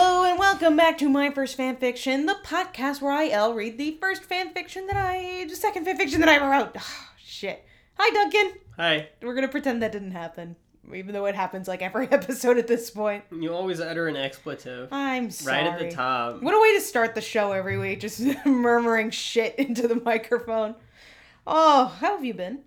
Welcome back to my first fan fiction, the podcast where I L read the first fan fiction that I, the second fan fiction that I wrote. Oh, shit. Hi, Duncan. Hi. We're gonna pretend that didn't happen, even though it happens like every episode at this point. You always utter an expletive I'm sorry. right at the top. What a way to start the show every week, just murmuring shit into the microphone. Oh, how have you been?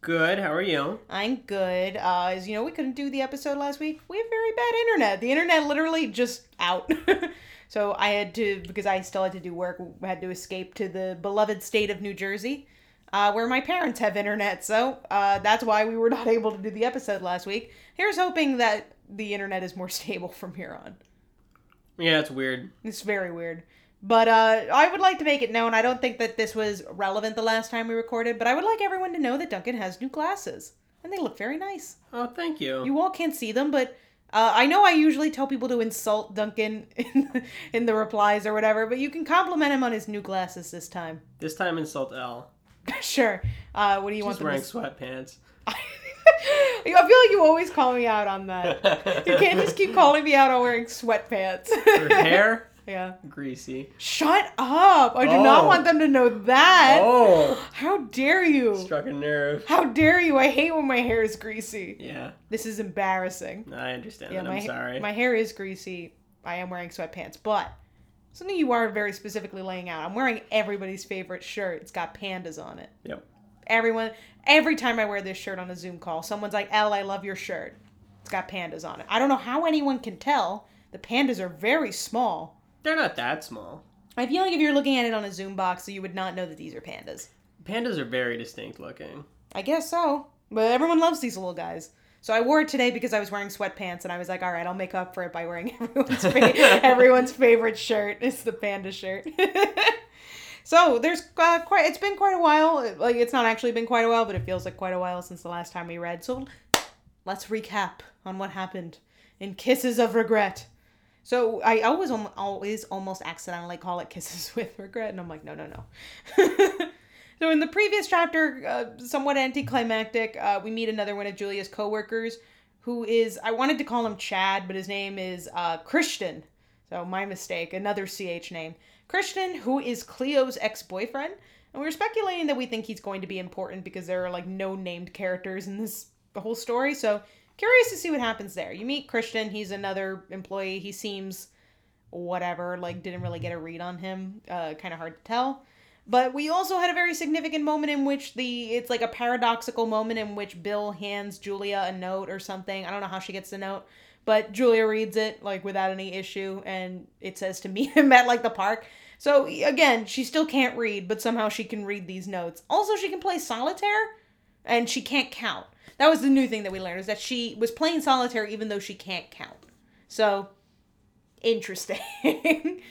Good. How are you? I'm good. Uh, as you know, we couldn't do the episode last week. We have very bad internet. The internet literally just out. so I had to, because I still had to do work, had to escape to the beloved state of New Jersey, uh, where my parents have internet. So uh, that's why we were not able to do the episode last week. Here's hoping that the internet is more stable from here on. Yeah, it's weird. It's very weird. But uh, I would like to make it known. I don't think that this was relevant the last time we recorded, but I would like everyone to know that Duncan has new glasses. And they look very nice. Oh, thank you. You all can't see them, but uh, I know I usually tell people to insult Duncan in the, in the replies or whatever, but you can compliment him on his new glasses this time. This time insult L. sure. Uh, what do you want He's them to wearing s- sweatpants. I feel like you always call me out on that. You can't just keep calling me out on wearing sweatpants. Her hair yeah. greasy. Shut up! I do not Oh. want them to know that. Oh, How dare you? struck a nerve. How dare you? I hate when my hair is greasy. Yeah, This is embarrassing. I understand Yeah, that. my I'm sorry. my hair is greasy. I am wearing sweatpants, but something you are very specifically laying out. I'm wearing everybody's favorite shirt. It's got pandas on it. Yep. Everyone, every time I wear this shirt on a Zoom call, someone's like, "L, I love your shirt. It's got pandas on it." I don't know how anyone can tell. The pandas are very small. They're not that small. I feel like if you're looking at it on a Zoom box, you would not know that these are pandas. Pandas are very distinct looking. I guess so. But everyone loves these little guys. So I wore it today because I was wearing sweatpants, and I was like, "All right, I'll make up for it by wearing everyone's fa- everyone's favorite shirt. It's the panda shirt." so there's uh, quite. It's been quite a while. Like it's not actually been quite a while, but it feels like quite a while since the last time we read. So let's recap on what happened in Kisses of Regret. So I always al- always almost accidentally call it Kisses with Regret, and I'm like, no, no, no. so in the previous chapter, uh, somewhat anticlimactic, uh, we meet another one of Julia's coworkers, who is I wanted to call him Chad, but his name is uh, Christian. So my mistake, another ch name, Christian, who is Cleo's ex boyfriend, and we we're speculating that we think he's going to be important because there are like no named characters in this the whole story. So curious to see what happens there. You meet Christian, he's another employee. He seems whatever, like didn't really get a read on him. Uh, kind of hard to tell. But we also had a very significant moment in which the it's like a paradoxical moment in which Bill hands Julia a note or something. I don't know how she gets the note, but Julia reads it like without any issue and it says to meet him at like the park. So again, she still can't read, but somehow she can read these notes. Also, she can play solitaire and she can't count. That was the new thing that we learned is that she was playing solitaire even though she can't count. So interesting,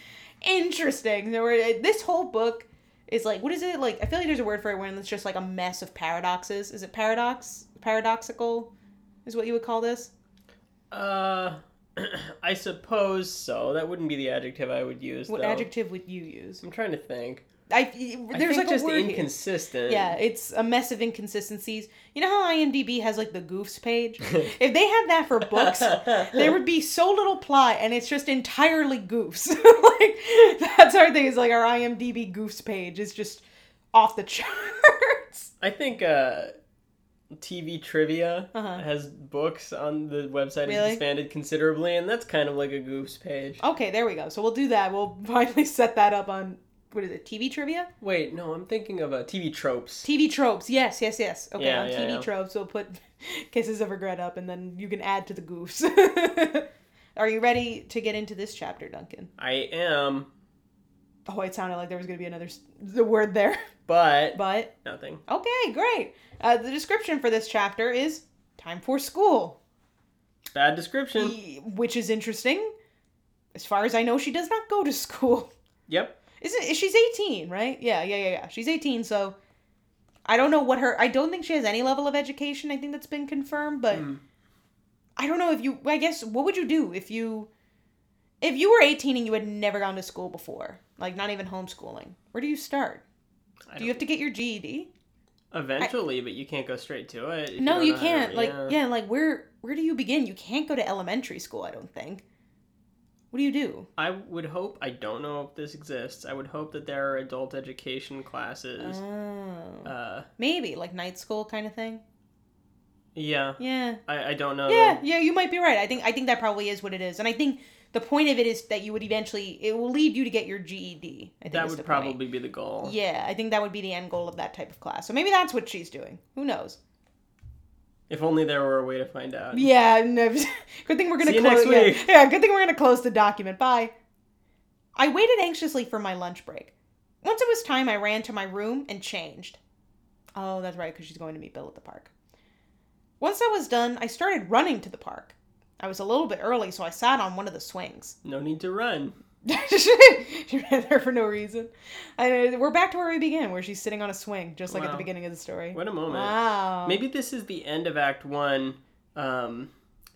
interesting. So we're, this whole book is like what is it like? I feel like there's a word for it when it's just like a mess of paradoxes. Is it paradox? Paradoxical is what you would call this. Uh, I suppose so. That wouldn't be the adjective I would use. What though. adjective would you use? I'm trying to think. I I there's like think just a word. here. inconsistent. Yeah, it's a mess of inconsistencies. You know how IMDb has like the goofs page? if they had that for books, there would be so little plot and it's just entirely goofs. like that's our thing is like our IMDb goofs page is just off the charts. I think uh, TV trivia Uh-huh. has books on the website has Really? expanded considerably, and that's kind of like a goofs page. Okay, there we go. So we'll do that. We'll finally set that up on what is it? TV trivia? Wait, no, I'm thinking of uh, TV tropes. TV tropes. Yes, yes, yes. Okay, Yeah, on yeah, TV yeah. tropes, we'll put Kisses of Regret up and then you can add to the goofs. Are you ready to get into this chapter, Duncan? I am, Oh, it sounded like there was going to be another s- the word there. but But nothing. okay, great. Uh, the description for this chapter is time for school, Bad description. e- which is interesting. As far as I know, she does not go to school. Yep. Isn't is- she's eighteen, right? Yeah, yeah, yeah, yeah. She's eighteen, so I don't know what her. I don't think she has any level of education. I think that's been confirmed, but Mm. I don't know if you. I guess what would you do if you if you were eighteen and you had never gone to school before, like not even homeschooling? Where do you start? I Do you have to get your E GED? don't- eventually, but you can't go straight to it. if No, don't you know how- can't. Like, yeah. like where where do you begin? You can't go to elementary school, I don't think. What do you do? I would hope, I don't know if this exists, I would hope that there are adult education classes. Oh. Uh, Maybe like night school kind of thing. yeah. Yeah. I, I don't know. Yeah, yeah, you might be right. I think I think that probably is what it is, and I think the point of it is that you would eventually it will lead you to get your GED. I think That is would the point. probably be the goal. Yeah, I think that would be the end goal of that type of class. So maybe that's what she's doing. Who knows? If only there were a way to find out. Yeah, no, good thing we're gonna See you close. next yeah, week. yeah, good thing we're gonna close the document. Bye. I waited anxiously for my lunch break. Once it was time, I ran to my room and changed. Oh, that's right, because she's going to meet Bill at the park. Once that was done, I started running to the park. I was a little bit early, so I sat on one of the swings. No need to run. she ran there for no reason. I, we're back to where we began, where she's sitting on a swing, just like at the Wow. beginning of the story. What a moment. Wow. Maybe this is the end of Act One. Um,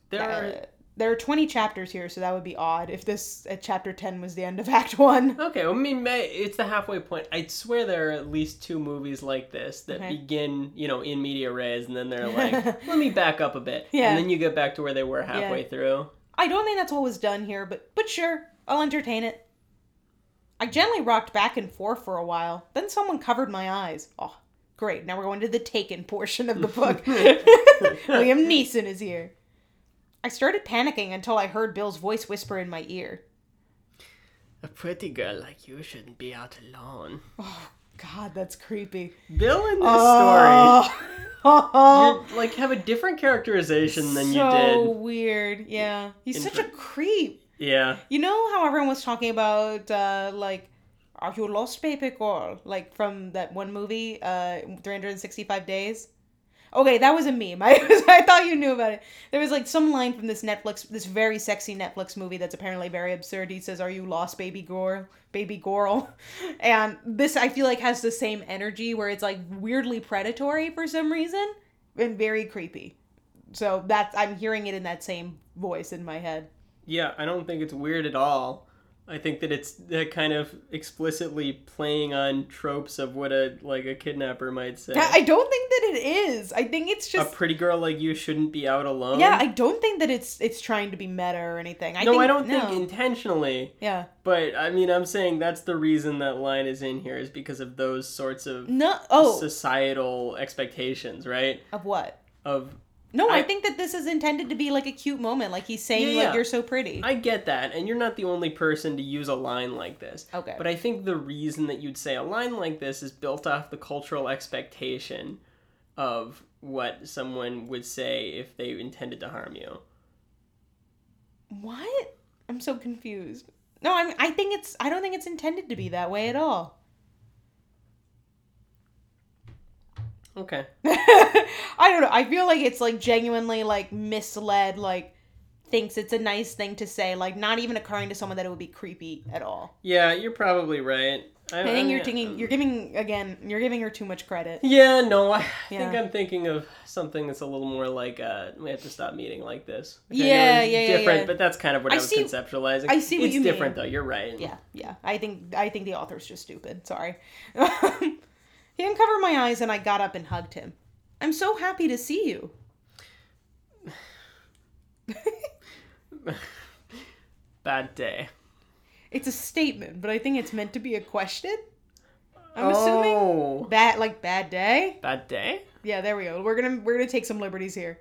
there are Uh, there are 20 chapters here, so that would be odd if this at chapter 10 was the end of Act 1. Okay, well, I mean, may- it's the halfway point. I swear there are at least two movies like this that Okay. begin, you know, in media res, and then they're like, let me back up a bit. Yeah. And then you get back to where they were halfway through. I don't think that's what was done here, but but sure, I'll entertain it. I gently rocked back and forth for a while. Then someone covered my eyes. Oh, great. Now we're going to the taken portion of the book. Liam Neeson is here. I started panicking until I heard Bill's voice whisper in my ear. A pretty girl like you shouldn't be out alone. Oh, God, that's creepy. Bill in this Oh. story, you like, have a different characterization than so you weird. Yeah. He's such a Inter- creep. did. Yeah. You know how everyone was talking about uh, like, are you lost, baby girl? Like from that one movie, uh, 365 days. Okay, that was a meme. I was, I thought you knew about it. There was like some line from this Netflix, this very sexy Netflix movie that's apparently very absurd. He says, "Are you lost, baby girl? Baby girl?" And this I feel like has the same energy where it's like weirdly predatory for some reason and very creepy. So that's I'm hearing it in that same voice in my head. Yeah, I don't think it's weird at all. I think that it's that kind of explicitly playing on tropes of what a like a kidnapper might say. I I don't think that it is. I think it's a just pretty girl like you shouldn't be out alone. yeah. I don't think that it's it's trying to be meta or anything. I no, think, I don't no. think intentionally, yeah. but I mean, I'm saying that's the reason that line is in here is because of those sorts of No. Oh, societal expectations, right? of what? Of No, I, I- think that this is intended to be like a cute moment. Like he's saying, Yeah, like yeah. you're so pretty. I get that, and you're not the only person to use a line like this. okay. But I think the reason that you'd say a line like this is built off the cultural expectation of what someone would say if they intended to harm you. what? I'm so confused. No, I'm. I think it's. I don't think it's intended to be that way at all. Okay. I don't know. I feel like it's like genuinely like misled. Like thinks it's a nice thing to say. Like not even occurring to someone that it would be creepy at all. Yeah, you're probably right. I, I think I'm- you're thinking you're giving again you're giving her too much credit. Yeah, no, I Yeah. think I'm thinking of something that's a little more like uh, we have to stop meeting like this. Like, I know Yeah, it's yeah, yeah, different, yeah. but that's kind of what I I, was see- conceptualizing. I see what it's you different mean. though. You're right. Yeah, yeah. I think I think the author's just stupid. Sorry. he uncovered my eyes and I got up and hugged him. I'm so happy to see you. Bad day. It's a statement, but I think it's meant to be a question. I'm assuming Oh, bad like bad day. bad day. Yeah, there we go. We're gonna we're gonna take some liberties here.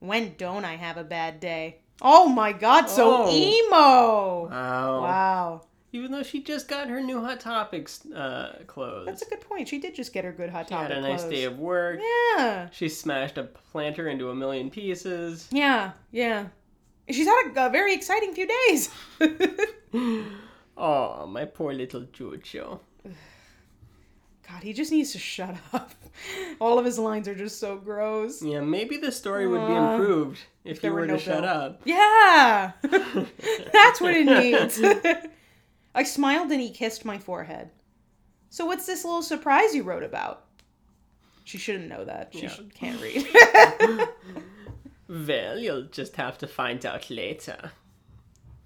When don't I have a bad day? Oh my god, so Oh. emo. Wow. Wow. Even though she just got her new Hot Topics uh, clothes. That's a good point. She did just get her good hot she had topic. a nice clothes. day of work. Yeah. She smashed a planter into a million pieces. Yeah, yeah. She's had a, a very exciting few days. God, Oh, my poor little Jojo. he just needs to shut up. All of his lines are just so gross. Yeah, maybe the story would be Aw. improved if, you there were were no to shut Bill. up. Yeah, that's what it needs. I smiled and he kissed my forehead. So, what's this little surprise you wrote about? She shouldn't know that. She Yeah. sh- can't read. Well, you'll just have to find out later.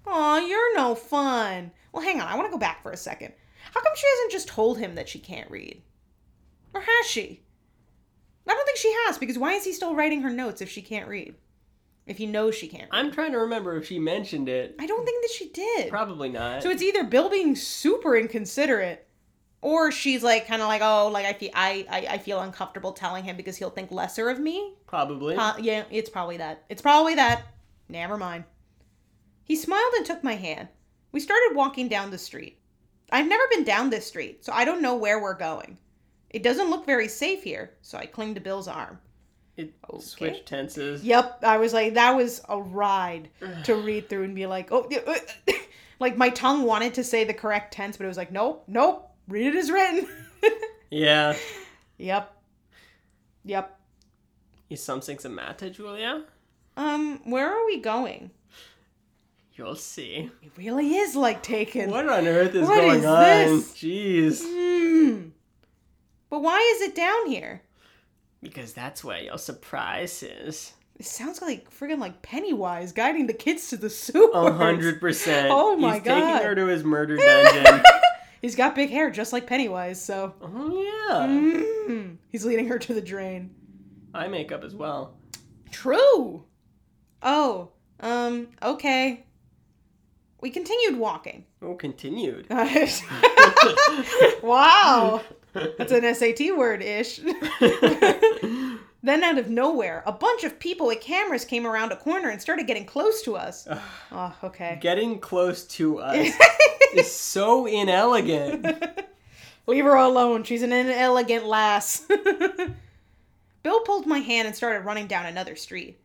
Aw, you're no fun. Well, hang on. I want to go back for a second. How come she hasn't just told him that she can't read? Or has she? I don't think she has, because why is he still writing her notes if she can't read? If you know she can't. I'm trying to remember if she mentioned it. I don't think that she did. Probably not. So it's either Bill being super inconsiderate, or she's like kind of like, oh, like I feel I, I I feel uncomfortable telling him because he'll think lesser of me. Probably. Uh, yeah, it's probably that. It's probably that. Never mind. He smiled and took my hand. We started walking down the street. I've never been down this street, so I don't know where we're going. It doesn't look very safe here, so I cling to Bill's arm. it okay. switched tenses. Yep, I was like, that was a ride to read through and be like, oh, like my tongue wanted to say the correct tense, but it was like, nope, nope, read it as written. Yeah. yep. Yep. Is something the matter, Julia? Um, where are we going? You'll see. It really is like taken. What on earth is What going is on? this? Jeez. Hmm. But why is it down here? Because that's where your surprise is. It sounds like friggin' like Pennywise guiding the kids to the sewers. A hundred percent. Oh my He's God. taking her to his murder dungeon. He's got big hair just like Pennywise, so. oh yeah. Mm. He's leading her to the drain. Eye makeup as well. True. Oh, um, okay. We continued walking. Oh, continued. wow. That's an SAT word ish. then, out of nowhere, a bunch of people with cameras came around a corner and started getting close to us. Oh, okay. Getting close to us is so inelegant. Leave her alone. She's an inelegant lass. Bill pulled my hand and started running down another street.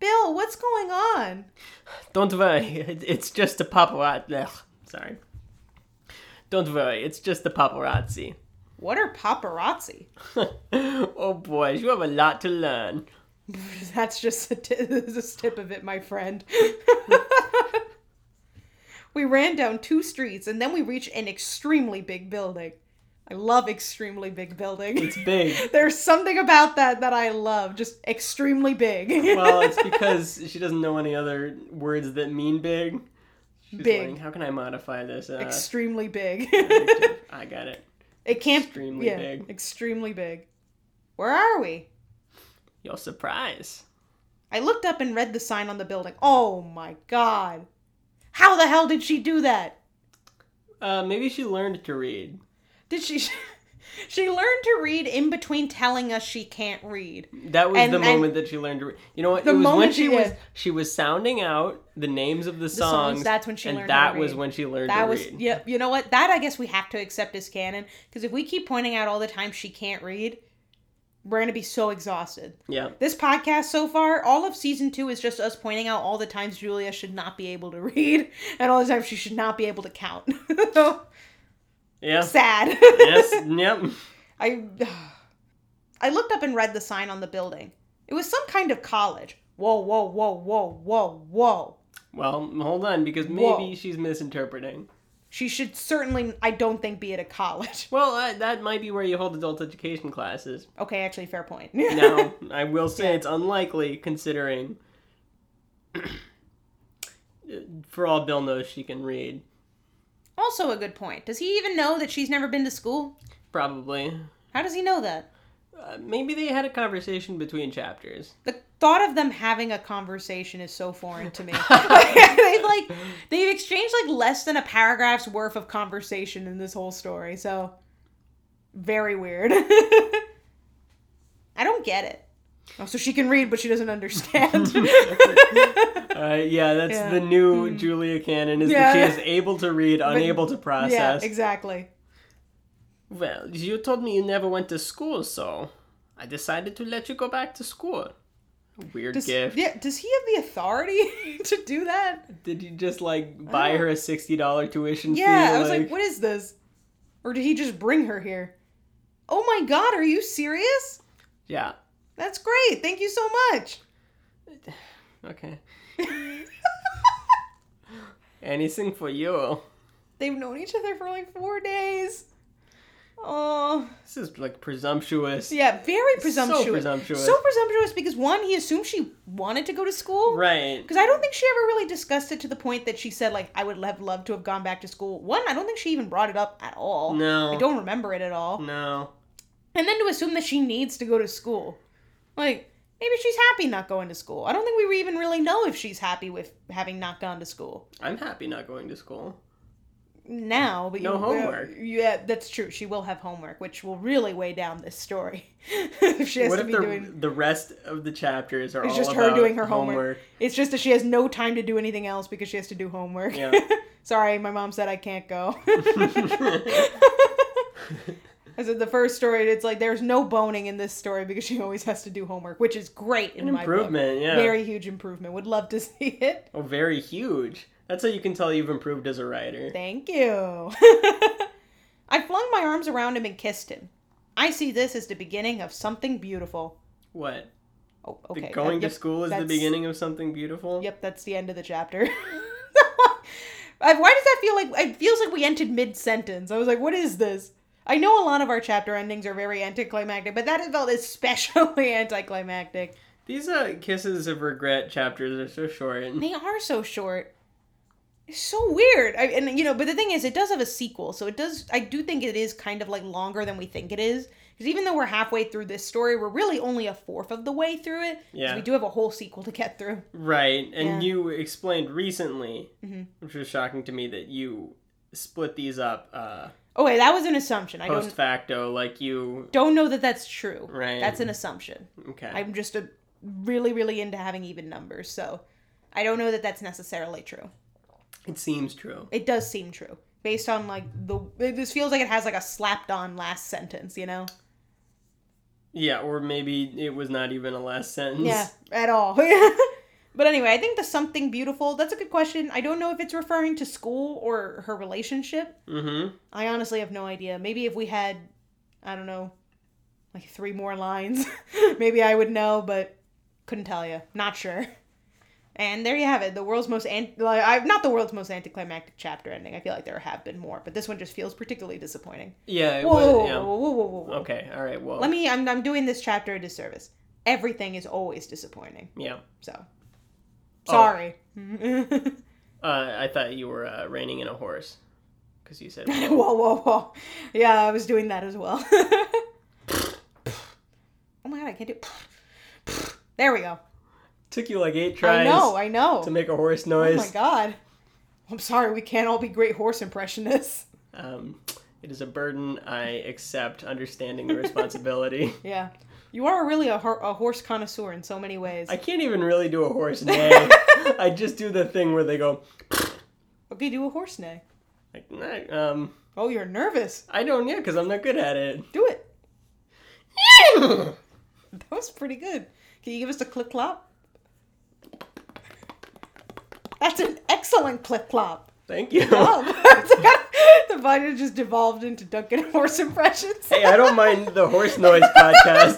Bill, what's going on? Don't worry, it- it's just the paparazzi. Ugh, sorry. Don't worry, it's just the paparazzi. What are paparazzi? oh boy, you have a lot to learn. That's just a ti- the tip of it, my friend. we ran down two streets and then we reached an extremely big building. I love extremely big buildings. It's big. There's something about that that I love, just extremely big. Well, it's because she doesn't know any other words that mean big. She's Big. like, how can I modify this? Uh, extremely big. adjective. I got it. it can't Extremely yeah, big. Extremely big. Where are we? Your surprise. I looked up and read the sign on the building. Oh my god. How the hell did she do that? Uh, maybe she learned to read. Did she? She learned to read in between telling us she can't read. That was And- the and- moment that she learned to read. You know what? The it was when moment she she- was yeah. she was sounding out the names of the songs. songs, that's when she and learned how that to was read. when she learned That to was read. yeah. You know what? That I guess we have to accept as canon because if we keep pointing out all the time she can't read, we're gonna be so exhausted. Yeah. This podcast so far, all of season two is just us pointing out all the times Julia should not be able to read and all the times she should not be able to count. So, Yeah. Sad. yes. Yep. I I looked up and read the sign on the building. It was some kind of college. Whoa, whoa, whoa, whoa, whoa, whoa. Well, hold on because maybe Whoa. she's misinterpreting. She should certainly, I don't think, be at a college. Well, uh, that might be where you hold adult education classes. Okay, actually, fair point. Now, I will say it's unlikely considering for all Bill knows she can read. also, a good point. Does he even know that she's never been to school? Probably. How does he know that? Uh, maybe they had a conversation between chapters. The thought of them having a conversation is so foreign to me. they've like they've exchanged like less than a paragraph's worth of conversation in this whole story, so very weird. I don't get it. Oh, so she can read, but she doesn't understand. Uh, yeah, that's Yeah. Hmm. the new Julia Cannon is Yeah. that she is able to read, unable to yeah, process. exactly. Well, you told me you never went to school, so I decided to let you go back to school. Weird Does, gift. yeah, does he have the authority to do that? Did you just like buy her a sixty dollar tuition Yeah, fee? I was like, what is this? Or did he just bring her here? Oh my god, are you serious? yeah, That's great. Thank you so much. okay. Anything for you. They've known each other for like four days. Oh, This is like presumptuous. yeah, very presumptuous. presumptuous. So presumptuous because one, he assumed she wanted to go to school. Right. Because I don't think she ever really discussed it to the point that she said like I would have loved to have gone back to school. One, I don't think she even brought it up at all. No. Mm. I don't remember it at all. No. And then to assume that she needs to go to school, like Maybe she's happy not going to school. I don't think we even really know if she's happy with having not gone to school I'm happy not going to school. now. But No you, homework. Yeah, that's true. She will have homework, which will really weigh down this story. if she has what to if be the, doing the rest of the chapters are It's all just her about doing her homework. It's just that she has no time to do anything else because she has to do homework. Yeah. Sorry, my mom said I can't go. homework? I said the first story, it's like there's no boning in this story because she always has to do homework, which is great in An my book. improvement, yeah. Very huge improvement. Would love to see it. Oh, very huge. That's how you can tell you've improved as a writer. Thank you. I flung my arms around him and kissed him. I see this as the beginning of something beautiful. What? Oh, The okay. that- going yep, to school is the that's- beginning of something beautiful? Yep, that's the end of the chapter. I- Why does that feel like it feels like we entered mid sentence? I was like, what is this? I know a lot of our chapter endings are very anticlimactic, but that felt especially anticlimactic. These uh, kisses of regret chapters are so short. They are so short. It's so weird. I, and you know, but the thing is, it does have a sequel, so it does. I do think it is kind of like longer than we think it is, because even though we're halfway through this story, we're really only a fourth of the way through it. 'cause Yeah. we do have a whole sequel to get through. Right, and Yeah. you explained recently, Mhm. which was shocking to me, that you split these up uh, Okay, that was an assumption. I post don't facto, like you. don't know that that's true. Right. That's an assumption. Okay. I'm just a really, really into having even numbers, so I don't know that that's necessarily true. It seems true. It does seem true based on like the. It just feels like it has like a slapped on last sentence, you know? Yeah, or maybe it was not even a last sentence. Yeah, at all. but anyway, I think the something beautiful. That's a good question. I don't know if it's referring to school or her relationship. Mm-hmm. I honestly have no idea. Maybe if we had, I don't know, like three more lines, maybe I would know, but couldn't tell you. Not sure. And there you have it. The world's most ant- like, I, not the world's most anticlimactic chapter ending. I feel like there have been more, but this one just feels particularly disappointing. Yeah. It Whoa, whoa, was, whoa, yeah. Oh. whoa, whoa, whoa, whoa. Okay. All right. Well. Let me. I'm, I'm doing this chapter a disservice. Everything is always disappointing. Yeah. So, Oh. sorry. Uh, I thought you were uh, reining in a horse, because you said. whoa, whoa, whoa. Yeah, I was doing that as well. oh my god, I can't do. there we go. Took you like eight tries I know, I to know. make a horse Oh noise. my god. I'm sorry, we can't all be great horse impressionists. Um, it is a burden I accept, understanding the responsibility. Yeah. You are really a, hor- a horse connoisseur in so many ways. I can't even really do a horse neigh. I just do the thing where they go, Okay, do a horse neigh. like, nah, um, Oh, you're nervous. I don't, yeah, because I'm not good at it. Do it. That was pretty good. Can you give us a clip clop? That's an excellent clip clop. Thank you. dumb. the body just devolved into Duncan horse impressions. Hey, I don't mind the horse noise podcast.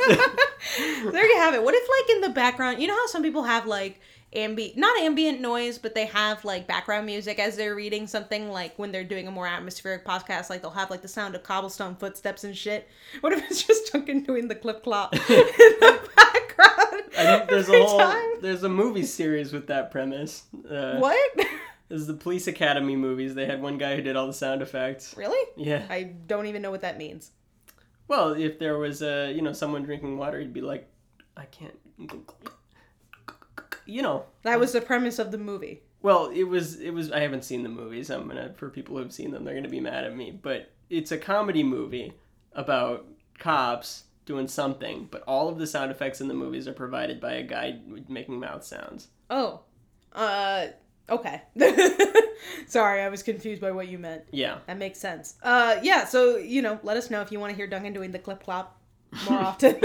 there you have it. What if, like, in the background, you know how some people have, like, ambient, not ambient noise, but they have, like, background music as they're reading something, like, when they're doing a more atmospheric podcast, like, they'll have, like, the sound of cobblestone footsteps and shit. What if it's just Duncan doing the clip clop in the background? I think there's a every whole, time? there's a movie series with that premise. Uh, What? This is the Police Academy movies. They had one guy who did all the sound effects. really? Yeah. I don't even know what that means. Well, if there was, uh, you know, someone drinking water, he'd be like, I can't. You know. That was the premise of the movie. Well, it was it was I haven't seen the movies. I'm gonna for people who've seen them, they're gonna be mad at me. But it's a comedy movie about cops doing something, but all of the sound effects in the movies are provided by a guy making mouth sounds. Oh. Uh okay. Sorry, I was confused by what you meant. Yeah. That makes sense. Uh yeah, so you know, let us know if you want to hear Duncan doing the clip clop more often.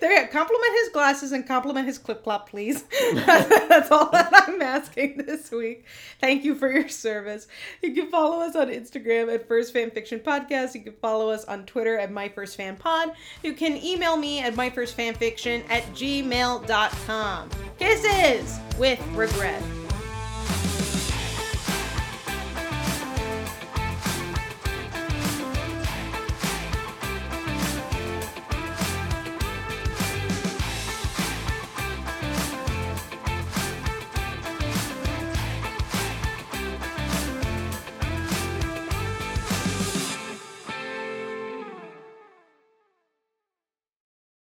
there you go. Compliment his glasses and compliment his clip clop, please. That's all that I'm asking this week. Thank you for your service. You can follow us on Instagram at First Fan Fiction Podcast. You can follow us on Twitter at My First Fan Pod. You can email me at myfirstfanfiction at gmail.com. Kisses with regret.